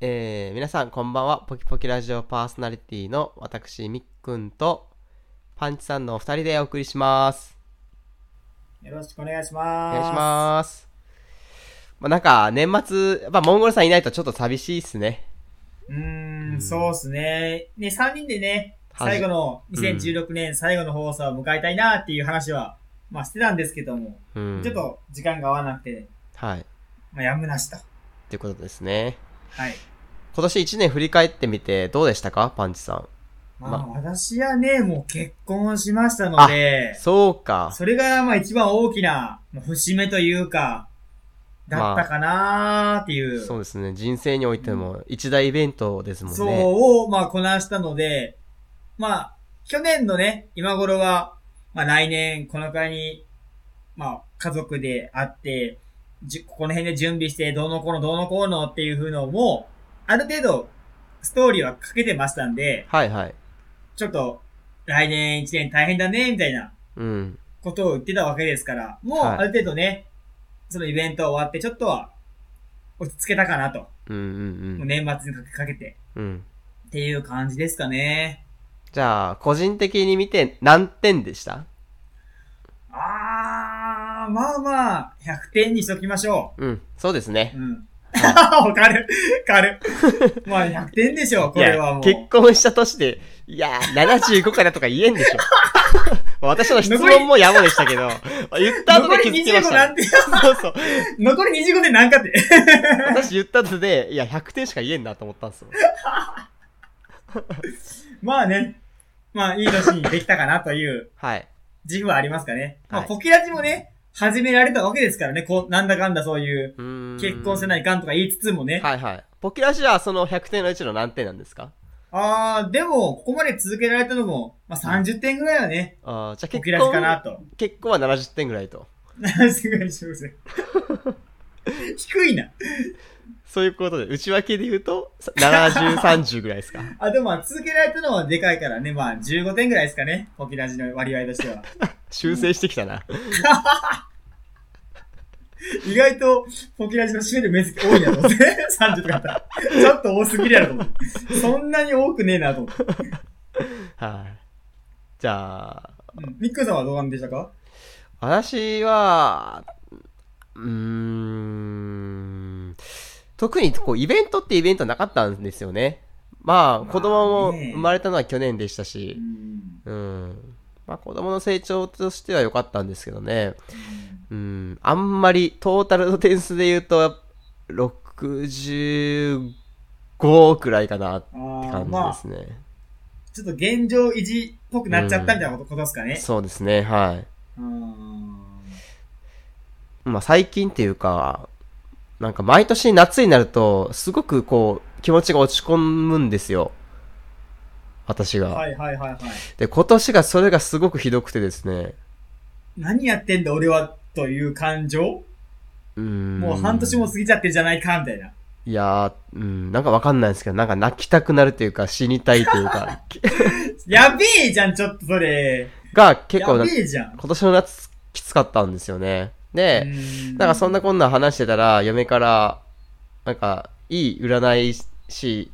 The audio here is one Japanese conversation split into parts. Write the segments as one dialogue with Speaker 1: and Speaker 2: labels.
Speaker 1: えー皆さんこんばんはポキポキラジオパーソナリティの私みっくんとパンチさんのお二人でお送りします
Speaker 2: よろしくお願いし
Speaker 1: お
Speaker 2: ます。
Speaker 1: 願いしますまあ、なんか年末やっぱモンゴルさんいないとちょっと寂しいっすね
Speaker 2: す。うーん、そうですね。ね、3人でね、
Speaker 1: はじ
Speaker 2: 最後の
Speaker 1: うん
Speaker 2: 2016年最後の放送を迎えたいなっていう話は、まあしてたんですけども、
Speaker 1: うん
Speaker 2: ちょっと時間が合わなくて、
Speaker 1: はいっ
Speaker 2: まあやむなしと。
Speaker 1: ていうことですね
Speaker 2: はい。
Speaker 1: 今年1年振り返ってみてどうでしたかパンチさん
Speaker 2: まあ、
Speaker 1: まあ
Speaker 2: 私はね、もう結婚しましたので、
Speaker 1: そうか
Speaker 2: それがまあ一番大きなまあ節目というか、だったかなーっていう。
Speaker 1: そうですね人生においても一大イベントですもんね
Speaker 2: そうを、まあ、こなしたので、まあ、去年のね、今頃は、まあ、来年、このくらいに、まあ、家族で会って、じゅここの辺で準備して、どうのこうの、どうのこうのっていう風のも、ある程度、ストーリーはかけてましたんで、
Speaker 1: はいはい
Speaker 2: ちょっと、来年一年大変だね、みたいな
Speaker 1: うん
Speaker 2: ことを言ってたわけですから、もう、
Speaker 1: はい
Speaker 2: ある程度ね、そのイベント終わって、ちょっとは、落ち着けたかなと。
Speaker 1: うんうん
Speaker 2: も
Speaker 1: う
Speaker 2: うん年末にかけかけて、
Speaker 1: うん
Speaker 2: っていう感じですかね。
Speaker 1: じゃあ、個人的に見て何点でした
Speaker 2: あー、まあまあ、100点にしときましょ
Speaker 1: うん、そうですね
Speaker 2: う。。うん。わ かる。わかる。まあ100点でしょう、これはもう。
Speaker 1: いや結婚した年で、いやー、75かなとか言えんでしょ。 私の質問も野暮でしたけど、言った後
Speaker 2: 残
Speaker 1: で気
Speaker 2: り
Speaker 1: づきまし
Speaker 2: 25
Speaker 1: た
Speaker 2: な
Speaker 1: ね、
Speaker 2: んて、
Speaker 1: そうそう。
Speaker 2: 残り25点なんかって。
Speaker 1: 私言った後で、いや、100点しか言えんなと思ったんですよ。
Speaker 2: まあね、まあいい年にできたかなという
Speaker 1: はい。
Speaker 2: 自負はありますかね。まあ
Speaker 1: はい。
Speaker 2: ポキラジもね、始められたわけですからね、こう、なんだかんだそういう、結婚せないいかんとか言いつつもね。
Speaker 1: はいはい。ポキラジはその100点のうちの何点なんですか
Speaker 2: あー、でも、ここまで続けられたのも、まあ30点ぐらいはね、
Speaker 1: あーじゃあ
Speaker 2: ポ
Speaker 1: 結
Speaker 2: キラジかな
Speaker 1: 婚、
Speaker 2: と。
Speaker 1: 結婚は70点ぐらいと。
Speaker 2: すごいすいません 低いな。
Speaker 1: そういうことで、内訳で言うと、70、30ぐらいですか。
Speaker 2: あ、でもまあ続けられたのはでかいからね、まあ15点ぐらいですかね、ポキラジの割合としては。
Speaker 1: 修正してきたな。
Speaker 2: 意外とポキラジの占める面積多いなと思って、30とかあ ったら。ちょっと多すぎるやろと思って。そんなに多くねえなと思って。
Speaker 1: はい。じゃあ、
Speaker 2: うんミックさんはどうなんでしたか
Speaker 1: 私は、うーん、特にこうイベントってイベントなかったんですよね。まあ、子供も生まれたのは去年でした
Speaker 2: う
Speaker 1: し、
Speaker 2: ん。
Speaker 1: うん。まあ、子供の成長としては良かったんですけどね。うん、あんまりトータルの点数で言うと、65くらいかなって
Speaker 2: あー
Speaker 1: 感
Speaker 2: まあ、
Speaker 1: じですね。
Speaker 2: ちょっと現状維持っぽくなっちゃったみたいなことことですかね。
Speaker 1: そうですね、はい。
Speaker 2: うん。
Speaker 1: まあ、最近っていうか、なんか毎年夏になると、すごくこう、気持ちが落ち込むんですよ。私が。
Speaker 2: はいはいはいはい。
Speaker 1: で、今年がそれがすごくひどくてですね。
Speaker 2: 何やってんだ俺はという感情
Speaker 1: うーん。
Speaker 2: もう半年も。過ぎちゃってるじゃないか、みたいな。
Speaker 1: いやー、うん、なんかわかんないんですけど、なんか泣きたくなるというか、死にたいという か、
Speaker 2: やべえじゃん、ちょっとそれ。
Speaker 1: が結構
Speaker 2: や
Speaker 1: な、
Speaker 2: べ
Speaker 1: 今
Speaker 2: えじゃん。
Speaker 1: 年の夏きつかったんですよね。で、な
Speaker 2: な
Speaker 1: んかそんなこんな話してたら、嫁から、なんか、いい占い師、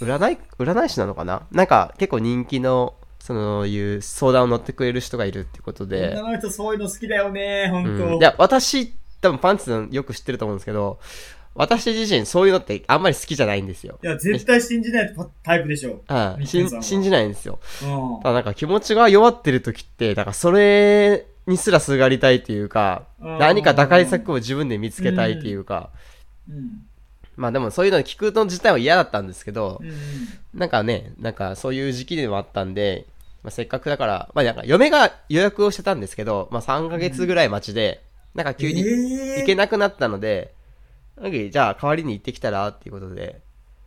Speaker 1: 占い、占い師なのかななんか結構人気の、そのいう相談を乗ってくれる人がいるってことで
Speaker 2: 女、の人そういうの好きだよね、
Speaker 1: う
Speaker 2: ほ
Speaker 1: んん、
Speaker 2: と。
Speaker 1: いや、私、多分パンツさんよく知ってると思うんですけど、私自身そういうのってあんまり好きじゃないんですよ。
Speaker 2: いや、絶対信じないタイプでしょ。
Speaker 1: はい、
Speaker 2: ミッケ
Speaker 1: 信
Speaker 2: ンさんは
Speaker 1: 信じないんですよ。
Speaker 2: うん
Speaker 1: ただなんか気持ちが弱ってる時って、なんかそれにすらすがりたいというか、
Speaker 2: うん
Speaker 1: 何か打開策を自分で見つけたいというか、
Speaker 2: うん。
Speaker 1: まあでもそういうの聞くの自体は嫌だったんですけど
Speaker 2: う、ん。
Speaker 1: なんかね、なんかそういう時期でもあったんで、まあ、せっかくだから、まあなんか嫁が予約をしてたんですけど、まあ3ヶ月ぐらい待ちで、なんか急に行
Speaker 2: え
Speaker 1: けなくなったので、なんかじゃあ代わりに行ってきたらっていうことで、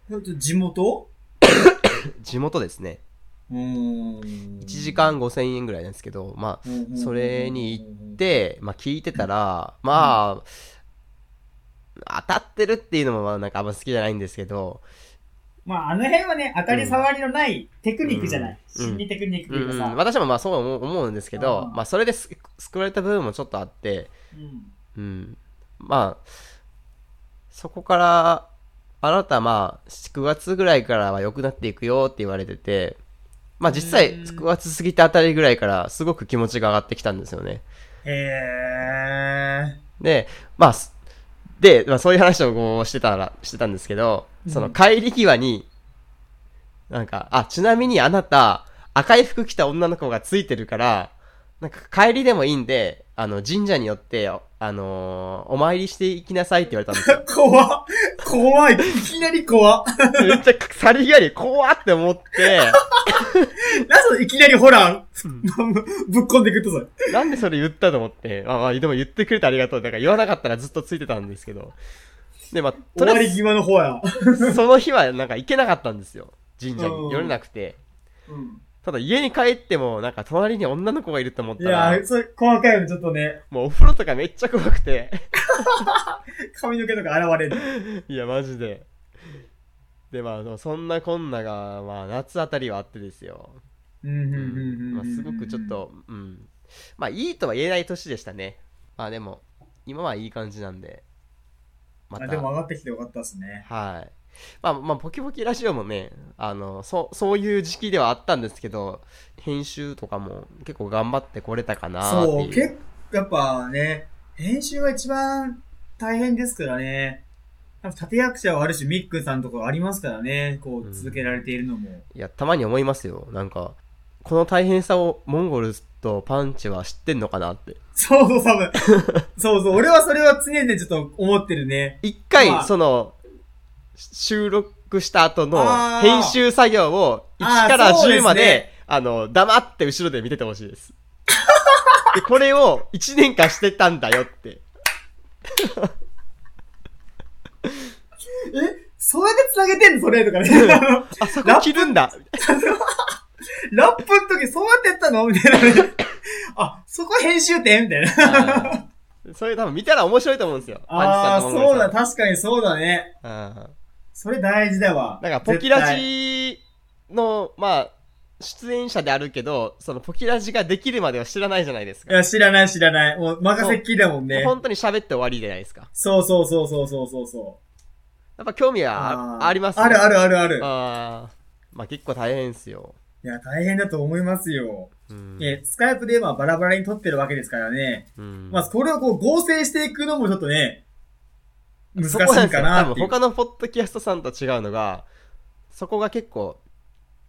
Speaker 2: ー、ちょっと地元
Speaker 1: 地元ですね、
Speaker 2: うん。
Speaker 1: 1時間5000円ぐらいなんですけど、まあ
Speaker 2: うん、
Speaker 1: それに行
Speaker 2: 行
Speaker 1: っ、て、まあ聞いてたら、まあ、当たってるっていうのもまあなんかあんま好きじゃないんですけど、
Speaker 2: まあ、あの辺はね、当たり障りのないテクニックじゃない。
Speaker 1: うん
Speaker 2: 心理テクニック
Speaker 1: う
Speaker 2: とい
Speaker 1: ん
Speaker 2: う
Speaker 1: う
Speaker 2: か
Speaker 1: ん、
Speaker 2: さ。
Speaker 1: 私もまあそう思う思うんですけど、
Speaker 2: うん
Speaker 1: まあそれです救われた部分もちょっとあって、う
Speaker 2: うん
Speaker 1: ん、まあそこからあなたまあ、9月ぐらいからは良くなっていくよって言われてて、まあ実際、
Speaker 2: うん
Speaker 1: 9月過ぎたあたりぐらいからすごく気持ちが上がってきたんですよね。
Speaker 2: へー。
Speaker 1: で、まあ、すで、まあそういう話をこうしてたら、してたんですけど、そうの
Speaker 2: ん
Speaker 1: 帰り際に、なんか、あ、ちなみにあなた、赤い服着た女の子がついてるから、なんか帰りでもいいんで、あの、神社によって、あのーお参りしていきなさいって言われたんです よ。
Speaker 2: 怖っ怖いいきなり怖っ
Speaker 1: めっちゃさりげり怖って思って、
Speaker 2: なんでいきなりホラー、 ぶっこんでくったぞ。
Speaker 1: なんでそれ言ったと思って、あ、まあ、でも言ってくれてありがとう。だから言わなかったらずっとついてたんですけど。で、まあ、と
Speaker 2: 終
Speaker 1: りあ
Speaker 2: わ
Speaker 1: え
Speaker 2: り
Speaker 1: ず
Speaker 2: 際のホラー。
Speaker 1: その日はなんか行けなかったんですよ。神社
Speaker 2: うん
Speaker 1: に。寄れなくて。
Speaker 2: うん
Speaker 1: ただ家に帰っても、なんか隣に女の子がいると思っ
Speaker 2: い
Speaker 1: た
Speaker 2: や
Speaker 1: ら
Speaker 2: ー、、それ、細かいのちょっとね、
Speaker 1: もうお風呂とかめっちゃ怖くて。
Speaker 2: 髪の毛とか現れる。
Speaker 1: いや、マジで。で、まあ、そんなこんなが、まあ、夏あたりはあってですよ。
Speaker 2: うん、うん、うん。
Speaker 1: まあ、すごくちょっ。と、うん。まあ、いいとは言えない年でしたね。まあ、でも、今はいい感じなんで。ま
Speaker 2: あ、でも上がってきてよかったですね。
Speaker 1: はい。まあ、まあ、ポキポキラジオもね、あの、そう、そういう時期ではあったんですけど、編集とかも結構頑張ってこれたかなって
Speaker 2: そ、
Speaker 1: いうう。
Speaker 2: 結構、やっぱね、編集が一番大変ですからね。多分立役者はある種、ミックさんとかありますからね、こ
Speaker 1: う
Speaker 2: うん続けられているのも。
Speaker 1: いや、たまに思いますよ。なんか、この大変さをモンゴルとパンチは知ってんのかなって。
Speaker 2: そうそ う、多分。そうそう、俺はそれは常々ちょっと思ってるね。
Speaker 1: 一
Speaker 2: まあ
Speaker 1: 回、その、収録した後
Speaker 2: あ
Speaker 1: の
Speaker 2: ー
Speaker 1: 編集作業を
Speaker 2: あー
Speaker 1: 1から
Speaker 2: そうですね
Speaker 1: 10まで、あの、黙って後ろで見ててほしいです。 で、これを1年間してたんだよって。
Speaker 2: えそうやって繋げてんのそれとかね。あの
Speaker 1: あそこ切るんだ
Speaker 2: ラップの時そうやってやったのみたいなね。あ、そこ編集点みたいな。
Speaker 1: はい それ多分見たら面白いと思うんですよ。
Speaker 2: あ
Speaker 1: パン
Speaker 2: あ、
Speaker 1: チさんとモ
Speaker 2: そう
Speaker 1: ンゴ
Speaker 2: だ、
Speaker 1: ルさん
Speaker 2: 確かにそうだね。
Speaker 1: うん
Speaker 2: それ大事だわ。
Speaker 1: なんか、ポキラ
Speaker 2: 絶
Speaker 1: ジの、まあ、出演者であるけど、そのポキラジができるまでは知らないじゃないです
Speaker 2: 対い
Speaker 1: か。
Speaker 2: や、知らない知らない。もう、任せっきりだもんね。
Speaker 1: 本当に喋って終わりじゃないですか。
Speaker 2: そうそうそうそうそうそうそう。
Speaker 1: やっぱ興味はああります
Speaker 2: あるあ
Speaker 1: る。
Speaker 2: るあるある。
Speaker 1: あーまあ結構大変ですよ。
Speaker 2: いや、大変だと思いますよ。
Speaker 1: うん
Speaker 2: え、スカイプで今バラバラに撮ってるわけですからね。
Speaker 1: うん
Speaker 2: まあ、これをこう合成していくのもちょっとね、難し
Speaker 1: そこんで
Speaker 2: い
Speaker 1: す
Speaker 2: か
Speaker 1: よ
Speaker 2: な
Speaker 1: 多
Speaker 2: って
Speaker 1: 分
Speaker 2: いう。
Speaker 1: 他のポッドキャストさんと違うのが、そこが結構、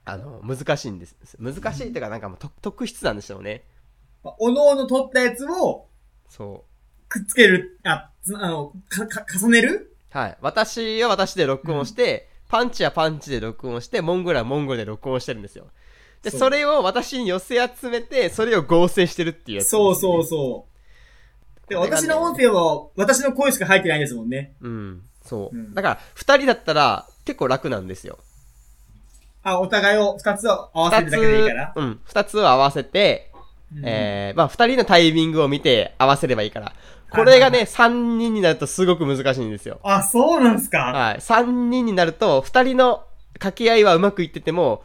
Speaker 1: あの、難しいんです。難しいというか、なんかもう特特質なんでしょうね。
Speaker 2: まあおのおの撮ったやつを
Speaker 1: そう。
Speaker 2: くっつける、あ、つあの、か、か、重ねる
Speaker 1: はい。私は私で録音して、パンチはパンチで録音して、モンゴルはモンゴルで録音してるんですよ。で、
Speaker 2: そ
Speaker 1: そうれを私に寄せ集めて、それを合成してるっていうやつ。
Speaker 2: そうそうそう。で、
Speaker 1: これがね
Speaker 2: 私の音声は私の声しか入ってないですもんね。
Speaker 1: う。うん。そう。
Speaker 2: うん
Speaker 1: だから、二人だったら、結構楽なんですよ。
Speaker 2: あ、お互いを二つを合わせ
Speaker 1: 二
Speaker 2: る
Speaker 1: つ、
Speaker 2: だけでいいから。
Speaker 1: うん。二つを合わせて、
Speaker 2: うん
Speaker 1: えー、まあ、二人のタイミングを見て合わせればいいから。これが
Speaker 2: は
Speaker 1: ね、三人になるとすごく難しいんですよ。
Speaker 2: あ、そうなんすか
Speaker 1: はい。三人になると、二人の掛け合いはうまくいってても、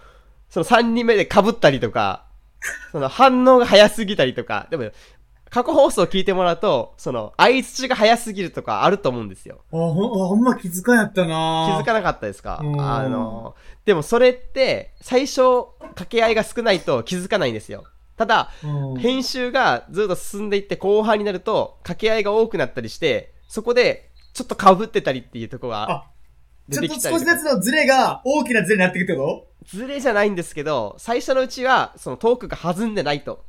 Speaker 1: その三人目で被ったりとか、その反応が早すぎたりとか、でも、過去放送聞いてもらうと、その、相槌が早すぎるとかあると思うんですよ。
Speaker 2: あ、ほん、あほんま気遣いやった
Speaker 1: 気
Speaker 2: な
Speaker 1: づかなかったですか
Speaker 2: うん
Speaker 1: あの、でもそれって、最初、掛け合いが少ないと気づかないんですよ。ただ、
Speaker 2: うん
Speaker 1: 編集がずっと進んでいって後半になると、掛け合いが多くなったりして、そこで、ちょっと被ってたりっていうところが
Speaker 2: あ
Speaker 1: 出
Speaker 2: ちょってと
Speaker 1: きたり
Speaker 2: 少
Speaker 1: と
Speaker 2: し
Speaker 1: か。
Speaker 2: ずつのズレが大きなズレになっていくってこ
Speaker 1: ズレじゃないんですけど、最初のうちは、そのトークが弾んでないと。
Speaker 2: と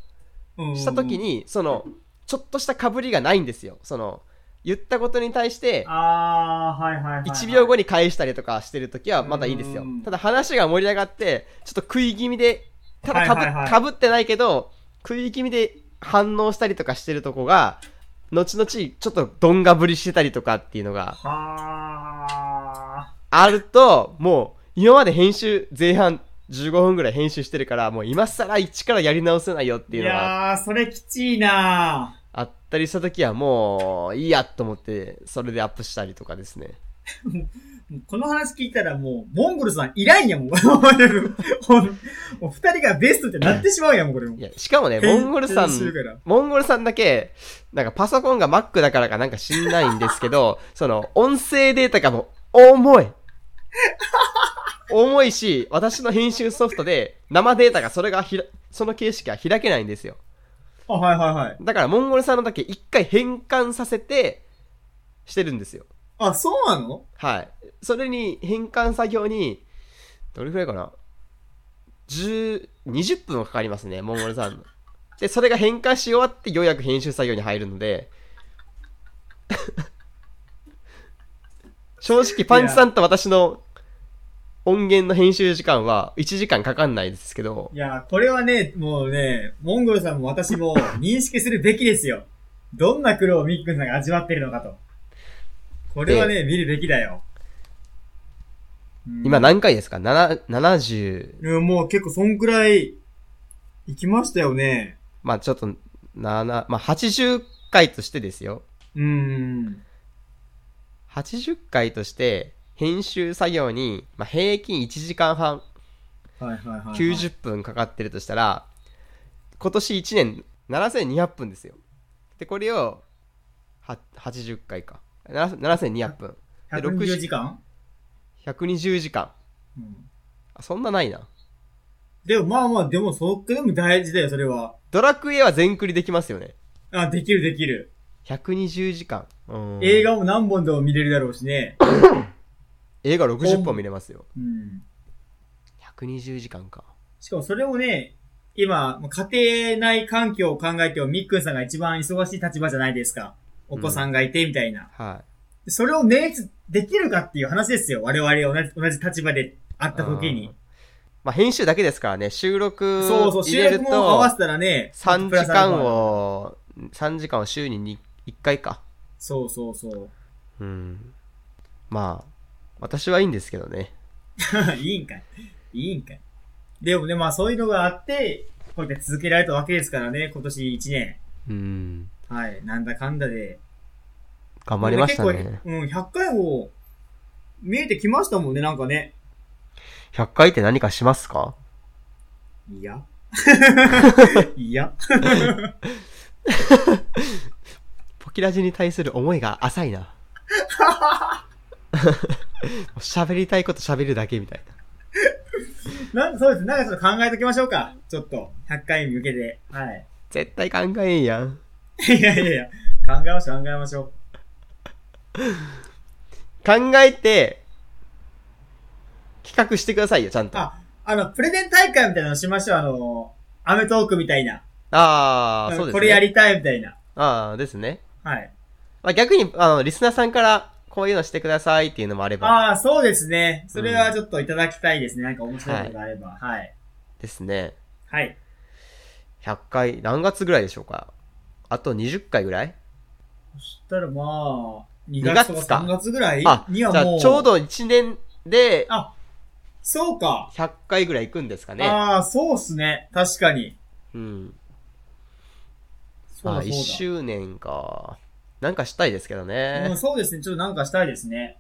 Speaker 2: うん
Speaker 1: したとき、に、その、ちょっとした被りがないんですよ。その、言ったことに対して、
Speaker 2: あー、はいはいはい、はい。
Speaker 1: 1秒後に返したりとかしてるときはまだいいですよ
Speaker 2: うん。
Speaker 1: ただ話が盛り上がって、ちょっと食い気味で、ただ被,、
Speaker 2: はいはいはい
Speaker 1: 被ってないけど、食い気味で反応したりとかしてるとこが、後々ちょっとどんがぶりしてたりとかっていうのが
Speaker 2: は
Speaker 1: あると、もう、今まで編集、前半15分ぐらい編集してるから、もう今更一からやり直せないよっ
Speaker 2: ー。
Speaker 1: て
Speaker 2: い
Speaker 1: いうのが
Speaker 2: やー、それきちいな
Speaker 1: あったりした時は、もう、いいやと思って、それでアップしたりとかですね。
Speaker 2: もうこの話聞いたらもう、モンゴルさんいらん やもん。ほんもう二人がベストってなってしまうやもん、これも
Speaker 1: い。や、しかもね、モンゴルさ
Speaker 2: 編集
Speaker 1: ん、
Speaker 2: から
Speaker 1: モンゴルさんだけ、なんかパソ コンが Mac だからかなんか知んないんですけど、その、音声データがもう、重い。重いし、私の編集ソフトで生データがそれがひら、その形式が開けないんですよ。
Speaker 2: あ、はいはいはい。
Speaker 1: だからモンゴルさんのだけ一回変換させて、してるんですよ。
Speaker 2: あ、そうなの
Speaker 1: はい。それに変換作業に、どれくらいかな ?10、20分はかかりますね、モンゴルさんの。で、それが変換し終わって、ようやく編集作業に入るので、正直、パンチさんと私の音源の編集時間は1時間かかんないですけど、
Speaker 2: いや、これはね、もうね、モンゴルさんも私も認識するべきですよ。どんな苦労をミックさんが味わってるのかと。これはね、見るべきだよ。うん
Speaker 1: 今何回ですか7 ?70、
Speaker 2: うんもう結構そんくらい、行きましたよね。
Speaker 1: まあちょっと、7、まあ80回としてですよ。
Speaker 2: うん。
Speaker 1: 80回として編集作業に、まあ、平均1時間半
Speaker 2: はいはいはい、はい。
Speaker 1: 90分かかってるとしたら、今年1年7200分ですよでこれをは80回か7 7200分で
Speaker 2: 120時間
Speaker 1: 120時間
Speaker 2: うん。
Speaker 1: あそんなないな
Speaker 2: でもまあまあ、でもそっかでも大事だよ、それは。
Speaker 1: ドラクエは全クリできますよね
Speaker 2: あ、できるできる。
Speaker 1: 120時間うん
Speaker 2: 映画も何本でも見れるだろうしね。
Speaker 1: 映画60本見れますよ
Speaker 2: うん。
Speaker 1: 120時間か
Speaker 2: しかもそれをね、今、もう家庭内環境を考えても、みっくんさんが一番忙しい立場じゃないですか。お子さんがいて、みたいな。
Speaker 1: はい
Speaker 2: それを捻出できるかっていう話ですよ。我々同じ同じ立場で会った時
Speaker 1: うん
Speaker 2: に。
Speaker 1: まあ編集だけですからね収録
Speaker 2: そうそう、
Speaker 1: 入
Speaker 2: 収
Speaker 1: れる
Speaker 2: 録
Speaker 1: と
Speaker 2: も合わせたらね、
Speaker 1: 3時間
Speaker 2: を。
Speaker 1: を、3時間を週に1回か。
Speaker 2: そうそうそ
Speaker 1: う
Speaker 2: う。
Speaker 1: ん。まあ、私はいいんですけどね。
Speaker 2: いいんかい。いいんかい。でもね、まあそういうのがあって、こうやって続けられたわけですからね、今年1年。
Speaker 1: うん。
Speaker 2: はい。なんだかんだで。
Speaker 1: 頑張りましたね
Speaker 2: 結。構うん、100回も見えてきましたもんね、なんかね。
Speaker 1: 100回って何かしますか
Speaker 2: いや。いや。
Speaker 1: ポキラジに対する思いが浅い な。喋りたいこと喋るだけみたいな。
Speaker 2: なんそうです。なんかちょっと考えときましょうか。ちょっと、100回に向けて。はい。
Speaker 1: 絶対考えんやん。
Speaker 2: いやいやいや、考えましょう、考えましょ
Speaker 1: 考えて、企画してくださいよ、ちゃん
Speaker 2: う。
Speaker 1: と。あ
Speaker 2: あ、あの、プレゼン大会みたいなのしましょう。あの、アメトークみたいな。
Speaker 1: あー、そうですね。
Speaker 2: これやりたいみたいな。
Speaker 1: ああ、ですね。
Speaker 2: はい。
Speaker 1: まあ、逆に、あの、リスナーさんから、こういうのしてくださいっていうのもあれば
Speaker 2: ああ、そうですね。それはちょっといただきたいですね。なんか面白いことがあれば。はい。
Speaker 1: ですね。
Speaker 2: はい。
Speaker 1: 100回、何月ぐらいでしょうかあと20回ぐらい
Speaker 2: そしたらまあ、2
Speaker 1: 月
Speaker 2: 月
Speaker 1: か
Speaker 2: とか3月ぐらい
Speaker 1: あ、
Speaker 2: に
Speaker 1: じゃ
Speaker 2: は
Speaker 1: あ
Speaker 2: もう。
Speaker 1: ちょう。ど1年で
Speaker 2: あ、そうか。
Speaker 1: 100回ぐらい行くんですかね。
Speaker 2: ああ、そうっすね。確かに。
Speaker 1: うん。
Speaker 2: そう
Speaker 1: あ
Speaker 2: だ
Speaker 1: 1
Speaker 2: そう
Speaker 1: 周年か。なんかしたいですけど
Speaker 2: だ。うん、
Speaker 1: ね。
Speaker 2: そうですね。ちょっとなんかしたいですね。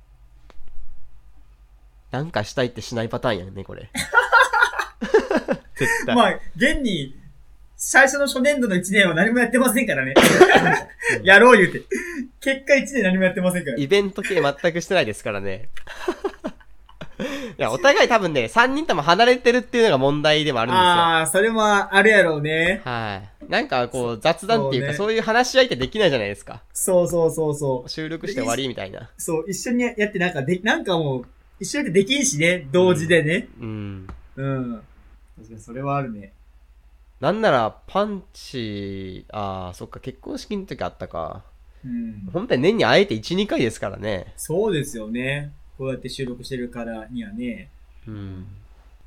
Speaker 1: なんかしたいってしないパターンやね、こ れ。絶対。
Speaker 2: まあ、現に、最初の初年度の1年は何もやってませんからね。 やろう言うて。結果1年何もやってませんから。
Speaker 1: イベント系全くしてないですから ね。いや、お互い多分ね、3人とも離れてるっていうのが問題でもあるんですよ。
Speaker 2: ああ、それもあるやろうね。
Speaker 1: はい。なんかこう雑談っていうか
Speaker 2: そ
Speaker 1: そうういう話し合いってできないじゃないですか。
Speaker 2: そうそうそうそう。
Speaker 1: 収録して終わりみたいな。
Speaker 2: そう、一緒にやってなんかで、なんかもう、一緒にやってできんしね、同時でね。
Speaker 1: うん。
Speaker 2: うん。確かにそれはあるね。
Speaker 1: なんならパンチ、ああ、そっか結婚式の時あったか。
Speaker 2: うん。
Speaker 1: 本体年にあえて1、2回ですからね。
Speaker 2: そうですよね。こうやって収録してるからにはね。
Speaker 1: うん。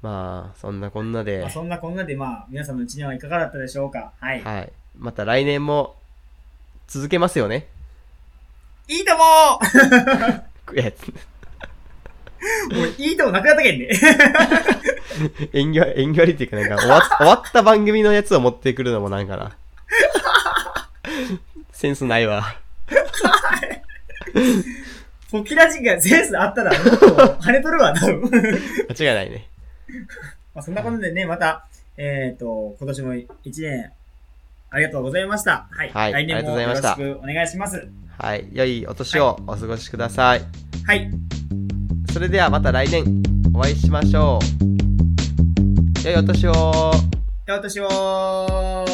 Speaker 1: まあ、そんなこんなで
Speaker 2: まあ、、そんなこんなでまあ、皆さんの一年はいかがだったでしょうか。はい。
Speaker 1: はい。また来年も続けますよね。
Speaker 2: い、いとも
Speaker 1: いや、
Speaker 2: もういいともなくなったけんね。
Speaker 1: 縁起悪い、縁起悪いっていうかなんか終わっ 終わった番組のやつを持ってくるのもなんかな。センスないわ。
Speaker 2: ポキラジンがセンスあったら、もっと跳ねとるわ、多分。
Speaker 1: 間違いないね。
Speaker 2: まあ、そんなことでね、また、えっ、と、今年も一年、ありがとうございました。はい。
Speaker 1: はい
Speaker 2: 来年も
Speaker 1: ありがと
Speaker 2: よろ
Speaker 1: うございました
Speaker 2: しくお願いします。
Speaker 1: はい。良いお年をお過ごしください。
Speaker 2: はい。
Speaker 1: それではまた来年お会いしましょう。良いお年を。
Speaker 2: で、私は、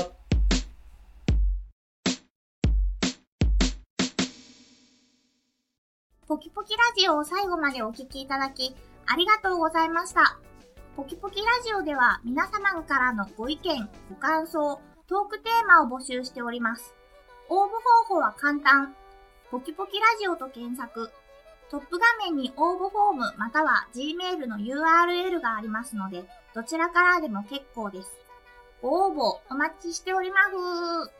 Speaker 3: ポキポキラジオを最後までお聞きいただき、ありがとうございました。ポキポキラジオでは皆様からのご意見、ご感想、トークテーマを募集しております。応募方法は簡単。ポキポキラジオと検索。トップ画面に応募フォームまたは Gmail の URL がありますので、どちらからでも結構です。ご応募お待ちしております。